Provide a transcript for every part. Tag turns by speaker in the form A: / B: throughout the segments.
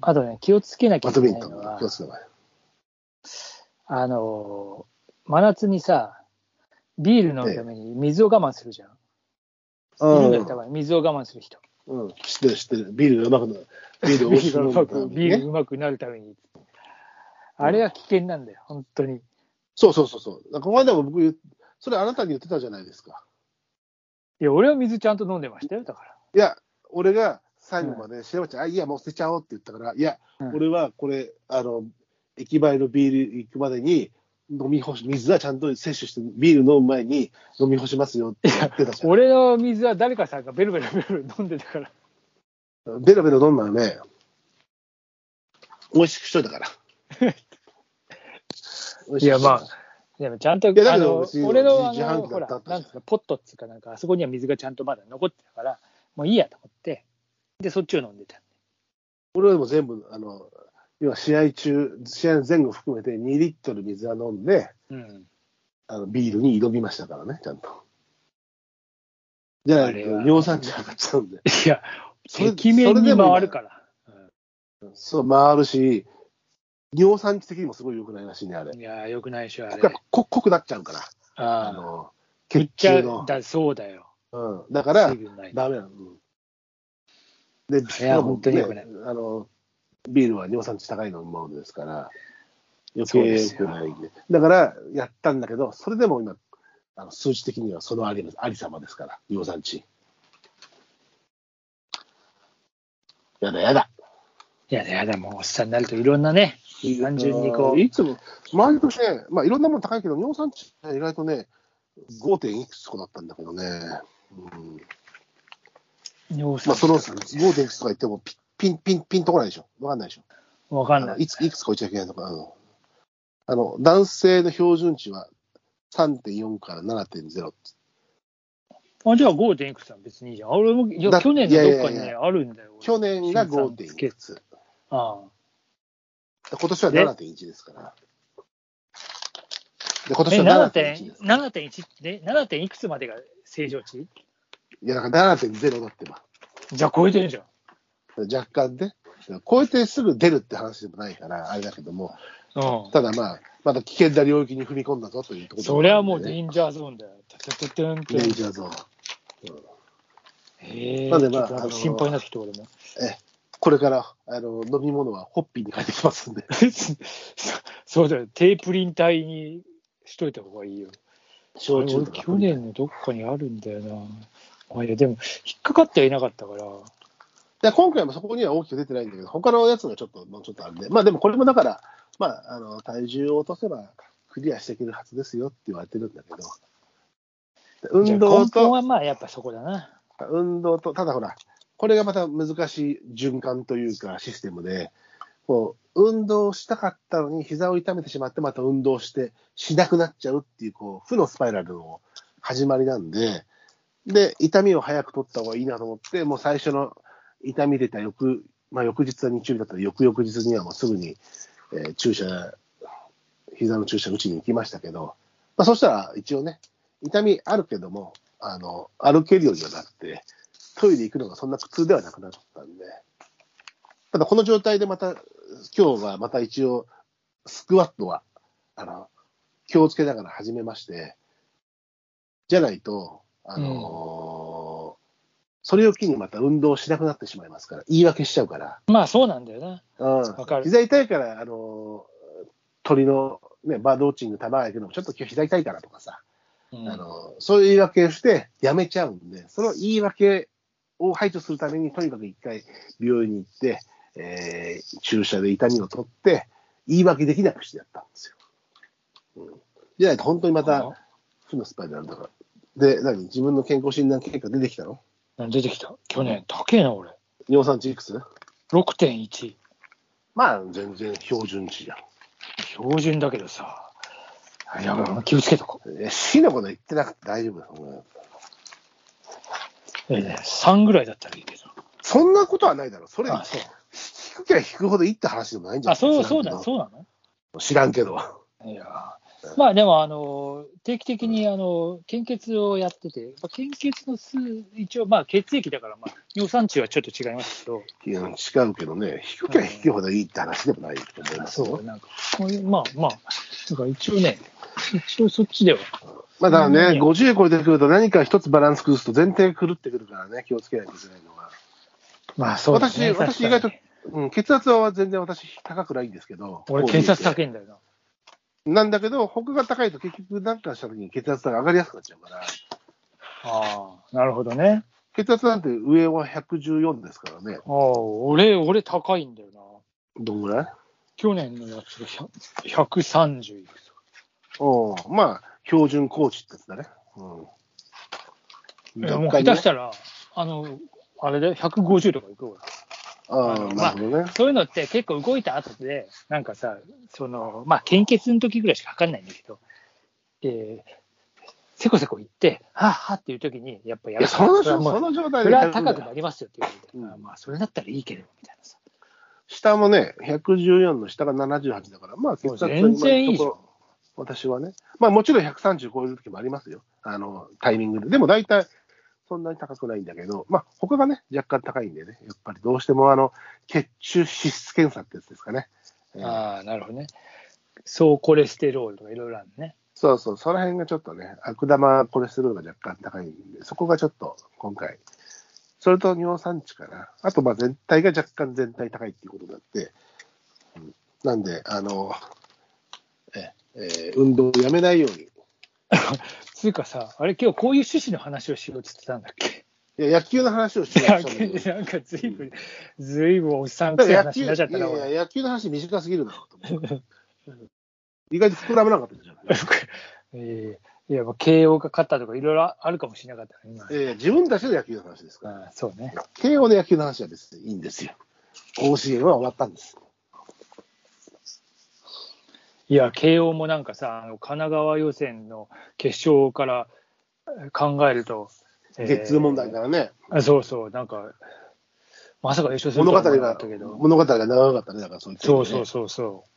A: あとね、気をつけなきゃ
B: バ
A: いけな
B: ドミ
A: い
B: ント
A: の
B: ン
A: は
B: 気を、つけてもらえ
A: あのー、真夏にさ、ビール飲むために水を我慢するじゃん。いるんだよ、たまに水を我慢する人。
B: うん、うん、知ってる知ってる。ビールがうまくなる。ビールを美
A: ビ
B: 味し
A: ー
B: く
A: ルがうま
B: 飲むため
A: く、
B: に
A: ビール
B: ね。
A: うまくなるために。あれは危険なんだよ、本当に。
B: そうそうそうそう。この間も僕言う、それあなたに言ってたじゃないですか。
A: いや、俺は水ちゃんと飲んでましたよ、だから。
B: いや、俺が最後まで、しばちゃん、あ、いや、もう捨てちゃおうって言ったから、いや、
A: うん
B: 俺はこれ、あの、駅前のビール行くまでに、飲み干し、水はちゃんと摂取して、ビール飲む前に飲み干しますよって言ってたじゃん。
A: 俺の水は誰かさんがベロベロベロベロ飲んでたから。
B: ベロベロ飲んだらね、美味しくしといたから。美味
A: い
B: しく
A: や、
B: しとた
A: まあ、でもちゃんと、
B: いやだ
A: あ
B: けど
A: の
B: 別に
A: 俺のあ
B: 自
A: の
B: 販機
A: ほ
B: だ
A: ら
B: ったって、
A: なんつうか、ポットっつうかなんか、あそこには水がちゃんとまだ残ってたから、もういいやと思って、で、そっちを飲んでた。
B: 俺はでも全部、あの、今試合中、試合前後含めて2リットル水は飲んで、
A: うん。
B: あのビールに挑みましたからね、ちゃんと。じゃ
A: あ
B: あ、
A: れは
B: 尿酸値上がっちゃうんで。
A: いや、
B: それ
A: 赤面に回るから。
B: そう、回るし、尿酸値的にもすごい良くないらしいね、あれ。
A: いや、よくないでしょ、あ
B: 濃
A: れ。
B: く濃濃くなっちゃうから、あ
A: ああ、
B: の、
A: め
B: 血
A: っち
B: 中
A: ゃ
B: の。
A: だ、そうだよ。
B: うん、だから
A: 水、分ない
B: ダメなの。うん、で、
A: いや本当に良くない
B: ねあの、ビールは尿酸値高いのものですから、余
A: そう
B: 計
A: で
B: 良
A: す
B: く
A: よ
B: ないんで。だから、やったんだけど、それでも今、あの数値的にはそのありありさまですから、尿酸値。やだやだ。
A: いやだやだ、もうおっさんになるといろんなね、単純にこう
B: いつも、毎年ね、まあ、いろんなもの高いけど、尿酸値ね、意外とね、5. 点いくつとかだったんだけどね。うん
A: 尿
B: ま
A: 酸
B: あ、その5点いくつとか言ってもピ、ピンピンピンとこないでしょ。わかんないでしょ。
A: わか
B: あ
A: んな
B: の
A: い。
B: いついくつ超えちゃいけないとか、あの、あの男性の標準値は3.4から7.0。
A: あじゃあ 5. 点いくつは別にいいじゃん。俺も、いや、
B: だ
A: 去年のどっかに
B: いやいやい
A: ね、あるんだよ。俺
B: 去年が
A: 新さん
B: 5点い
A: つけ
B: くつ。
A: ああ。
B: 今年は
A: ね
B: 7.1ですから。で、今
A: え、
B: 年は7.1
A: 7.1?
B: です。
A: 7.1って、7. いくつまでが正常値
B: いや、だから7.0だってば。
A: じゃあ超えてるじゃん。
B: 若干ね、超えてすぐ出るって話でもないから、あれだけども、
A: う
B: ただまあ、まだ危険な領域に踏み込んだぞというとこ
A: ん。
B: ろ、
A: それはもうデ
B: ね、
A: ィンジャーゾーンだよ。トゥトゥトゥント
B: レ
A: ゥ
B: ン
A: ン
B: ジャーゾーン。
A: へえ。
B: なんで
A: ち
B: まあ
A: ょっとなんか
B: あの
A: 心配になってきて俺も。
B: これからあの飲み物はホッピーに変えてきますんで、
A: そうだよ。テープリン体にしといた方がいいよ。
B: 焼酎
A: 俺
B: とか。
A: 去年のどっかにあるんだよな。まあいや、でも、引っかかってはいなかったから。
B: で今回もそこには大きく出てないんだけど、他のやつがちょっと、もうちょっとあるんで、まあでもこれもだから、まあ、あの体重を落とせばクリアしていけるはずですよって言われてるんだけど、で運動
A: じゃあ根本
B: と、
A: はまあ、やっぱそこだな。
B: 運動と、ただほら、これがまた難しい循環というかシステムで、こう、運動したかったのに膝を痛めてしまって、また運動して、しなくなっちゃうっていう、こう、負のスパイラルの始まりなんで、で、痛みを早く取った方がいいなと思って、もう最初の痛み出た翌、まあ翌日は日曜日だったら、翌々日にはもうすぐに、えー注射、膝の注射打ちに行きましたけど、まあそしたら一応ね、痛みあるけども、あの、歩けるようにはなって、トイレ行くのがそんな苦痛ではなくなったんで、ただこの状態でまた、今日はまた一応、スクワットは、あの、気をつけながら始めまして、じゃないと、あのーそれを機にまた運動しなくなってしまいますから、言い訳しちゃうから、
A: まあ、そうなんだよな。
B: うん、
A: かる
B: 膝痛いから、あのー鳥の、ね、バードウォッチング球あげるのも、ちょっと今日膝痛いからとかさ、
A: うん
B: あの、そういう言い訳をして、やめちゃうんで、その言い訳を排除するために、とにかく一回病院に行って、えー注射で痛みを取って、言い訳できなくしてやったんですよ。うん、じゃないと、本当にまた、負のスパイラルだから。で、何自分の健康診断結果出てきたの
A: あ出てきた。去年、高えな、俺。
B: 尿酸値いくつ
A: 6.1。
B: まあ、全然標準値じゃん。
A: 標準だけどさ。いや、俺も気をつけとこ
B: え死のこと言ってなくて大丈夫だと思うよ
A: う。ええ3ぐらいだったらいいけど。
B: そんなことはないだろ。それ、
A: あ、そう。
B: 引くきゃ引くほどいいって話でもないんじ
A: あ、
B: ゃない
A: そうそう
B: 知ら
A: だ、
B: んけ
A: そうなの
B: ど知らんけど。
A: いやまあでも、あの、定期的に、あの、献血をやってて、まあ献血の数、一応、まあ血液だから、まあ、尿酸値はちょっと違いますけど、
B: いや違うけどね、低きゃ低いほどいいって話でもないと思いますよ。
A: そう、なんか、こういう、まあまあ、だから一応ね、一応そっちでは、
B: まあだから
A: う
B: ね、
A: ん
B: 50超えてくると何か一つバランス崩すと全体が狂ってくるからね、気をつけないといけないのが。
A: まあそうだね、
B: 私私意外と
A: 確かに
B: うん、血圧は全然私高くないんですけど。
A: 俺、
B: こう見え
A: 検
B: て
A: 察高いんだよな。
B: なんだけど、他が高いと結局なんかした時に血圧が上がりやすくなっちゃうから、
A: ああ、なるほどね。
B: 血圧なんて上は114ですからね。
A: ああ、俺、俺高いんだよな。
B: どんぐらい
A: 去年のやつが100 130いくつ
B: おうまあ、標準コーチってやつだね。う
A: い
B: ん。
A: や
B: ど
A: も
B: っ
A: う
B: か
A: 下
B: にね
A: 手したら、あの、あれで150とかいくわ。
B: ああ、
A: あの
B: なるほどね。
A: そういうのって結構動いた後で、なんかさ、その、まあ、献血の時ぐらいしか測んないんだけど、で、せこせこ行って、はっはっていう時に、やっぱや
B: い
A: る
B: や、その
A: それは
B: 状
A: も
B: そうの状
A: そ
B: 態
A: れ
B: で
A: は高くなりますよって言われて、
B: うん
A: あまあ、それだったらいいけど、みたいなさ。
B: 下もね、114の下が78だから、まあ、血圧は今のところ
A: 全然いいじゃん
B: 私はね。まあ、もちろん130超える時もありますよ。あの、タイミングで。でも大体、そんなに高くないんだけど、まあ、他がね、若干高いんでね、やっぱりどうしても、あの、血中脂質検査ってやつですかね。えー
A: ああ、なるほどね。総コレステロールとかいろいろあるね。
B: そうそう、その辺がちょっとね、悪玉コレステロールが若干高いんで、そこがちょっと今回、それと尿酸値かな。あと、まあ全体が若干全体高いっていうことになって、うんなんで、あの、え、えー運動をやめないように。い
A: つうかさ、あれ今日こういう趣旨の話をしようって言ってたんだっけ
B: や、野球の話をし
A: い
B: てま
A: や
B: したんだけど
A: なんかずいぶん、ずいぶんおっさん
B: だ
A: く
B: か
A: せえ
B: ら野
A: 話
B: 球、
A: に
B: い
A: なっちゃったな、
B: やい
A: 俺。
B: や野球の話短すぎるだろうと思って。意外と膨らまなかったじゃん。
A: ええいや、まあ慶応が勝ったとかいろいろあるかもしれなかったね、今。
B: えー自分たちの野球の話ですから。
A: ああそうね。
B: 慶応の野球の話は別にいいんですよ。甲子園は終わったんです。
A: いや、慶応もなんかさ、あの神奈川予選の決勝からえー考えると、えー
B: ゲッツー問題からね、
A: あそうそう、なんか、まさか優勝する
B: 物
A: と
B: 語
A: は思わなか
B: が
A: ったけ、ど、
B: 物語が長かったね、だからそういった意
A: そ
B: 味
A: う
B: でね
A: そうそうそう。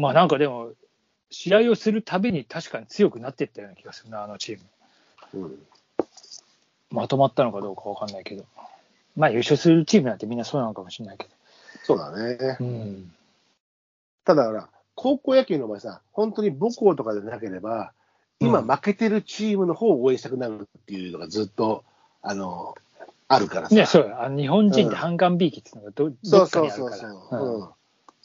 A: まあなんかでも、試合をするたびに確かに強くなっていったような気がするな、あのチーム。
B: うん
A: まとまったのかどうかわかんないけど。まあ優勝するチームなんてみんなそうなのかもしれないけ
B: そうだね。
A: ど。うん。
B: ただほら、高校野球の場合さ、本当に母校とかでなければ、今
A: うん
B: 負けてるチームの方を応援したくなるっていうのがずっと、あの、あるからさ。
A: ね、そうあの日本人って反感びいきっていうのがど,、
B: そ
A: ど
B: う
A: っか
B: そう
A: にあ
B: そ
A: る
B: う
A: から。
B: そう。
A: うん
B: うん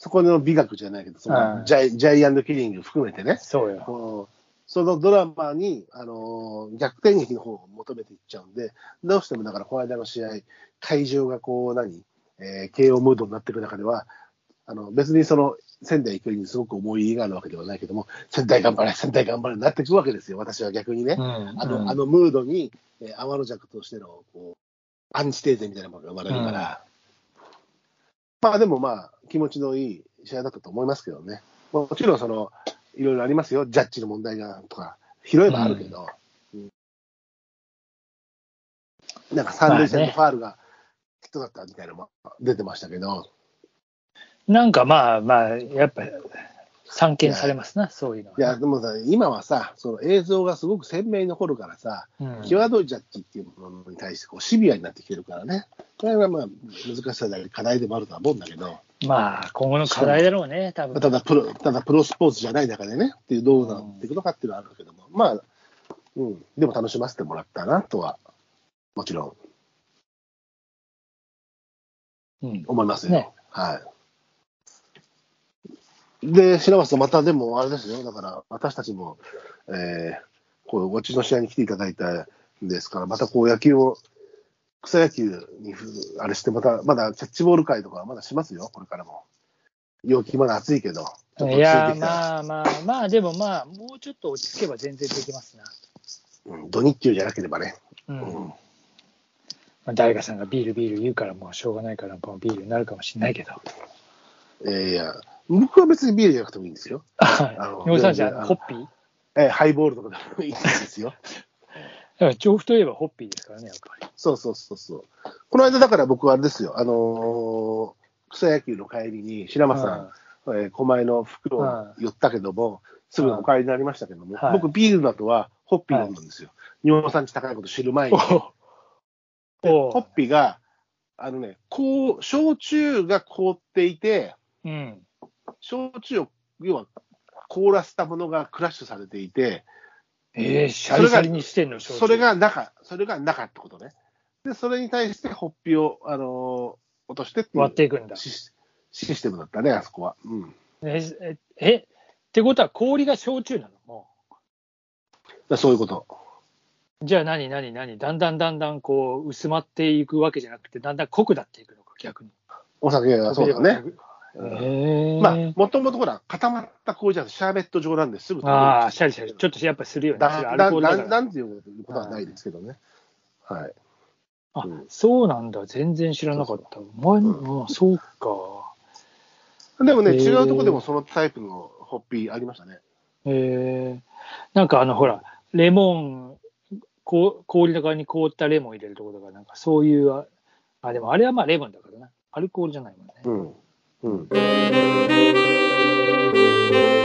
B: そこの美学じゃないけど、その
A: うん
B: ジャイジャイアントキリング含めてね、
A: そうよ。
B: こうそのドラマに、あのー逆転劇の方を求めていっちゃうんで、どうしてもだから、この間の試合、会場がこう、何、えー、慶応ムードになっていく中では、あの別にその仙台育英にすごく思い入れがあるわけではないけども、仙台頑張れ、仙台頑張れになっていくわけですよ、私は逆にね。あの,、あのムードに、えー、天の弱としてのこうアンチテーゼみたいなものが生まれるから、まあでもまあ、気持ちのいい試合だったと思いますけどね、もちろんそのいろいろありますよ、ジャッジの問題がとか、拾えばあるけど、うんなんか三塁線のファールが人だったみたいなのも出てましたけど、
A: なんかまあまあ、やっぱ、散見されますな、そういうのは。
B: いや、でもさ、今はさ、その映像がすごく鮮明に残るからさ、
A: うん
B: 際どいジャッジっていうものに対してこうシビアになってきてるからね、これがまあ難しさであり、課題でもあるとは思うんだけど、
A: まあ、今後の課題だろうね、多分
B: ただプロただプロスポーツじゃない中でね、っていうどうなっていくのかっていうのはあるけども、まあ、うん、でも楽しませてもらったなとは、もちろん
A: うん
B: 思いますよ。
A: ね
B: はい。で、白松さん、またでもあれですよ、だから私たちも、えー、こう、ごちの試合に来ていただいたんですから、またこう、野球を、草野球にふ、あれして、また、まだキャッチボール会とかはまだしますよ、これからも。陽気まだ暑いけど、ちょっと落ち着い
A: い
B: てきたら
A: や、まあまあまあ、でもまあ、もうちょっと落ち着けば全然できますな。
B: うん、土日中じゃなければね。
A: うん
B: うん
A: まあ、誰かさんがビールビール言うから、もうしょうがないから、もうビールになるかもしれない けど。
B: えーいや、僕は別にビールじゃなくてもいいんですよ。の
A: 尿酸じゃ
B: 全然あ
A: ん、
B: の
A: ホッピー
B: えーハイボールとかでもいいんですよ。
A: だから調布といえばホッピーですからね、やっぱり。
B: そうそうそうそう。この間だから僕はあれですよ、あのー草野球の帰りに、白間さん、えー、狛江の袋を寄ったけども、すぐお帰りになりましたけども、
A: はい
B: 僕、ビールの後はホッピー飲むんですよ。尿酸値高いこと知る前に。で
A: おう
B: ホッピーが、あのね、こう、焼酎が凍っていて、
A: うん。
B: 焼酎を、要は、凍らせたものがクラッシュされていて、
A: えー、シャリシャリにしてんの、正直
B: それ、が中、それが中ってことね。で、それに対してホッピーを、あのー落としてっていう
A: 割っていくんだ。
B: シスシステムだったね、あそこは。うん。
A: え、ええってことは氷が焼酎なのも
B: だそういうこと。
A: うじゃあ何、何、何、だんだんだんだんこう薄まっていくわけじゃなくて、だんだん濃くなっていくのか、逆に。
B: お酒はそうだね。
A: え
B: うん
A: ー、
B: まあ、もともとほら、固まった氷じゃなくてシャーベット状なんですぐ
A: ああ、シャリシャリ、ちょっ
B: っ
A: とやっぱするよね。それ
B: だ
A: ア
B: ん
A: ル
B: だ
A: コー
B: ん
A: ルだ
B: だ
A: か
B: ん
A: ら
B: なんていうことはないですけどね。はい。
A: あ
B: うん
A: そうなんだ、全然知らなかった。お前の、あそうか。
B: でもね、
A: へー
B: 違うとこでもそのタイプのホッピーありましたね。
A: えー、なんかあの、ほら、レモン、こう氷の側に凍ったレモン入れるところとか、なんかそういう、ああ、でもあれはまあレモンだからな。アルコールじゃないもんね。
B: うん。うん。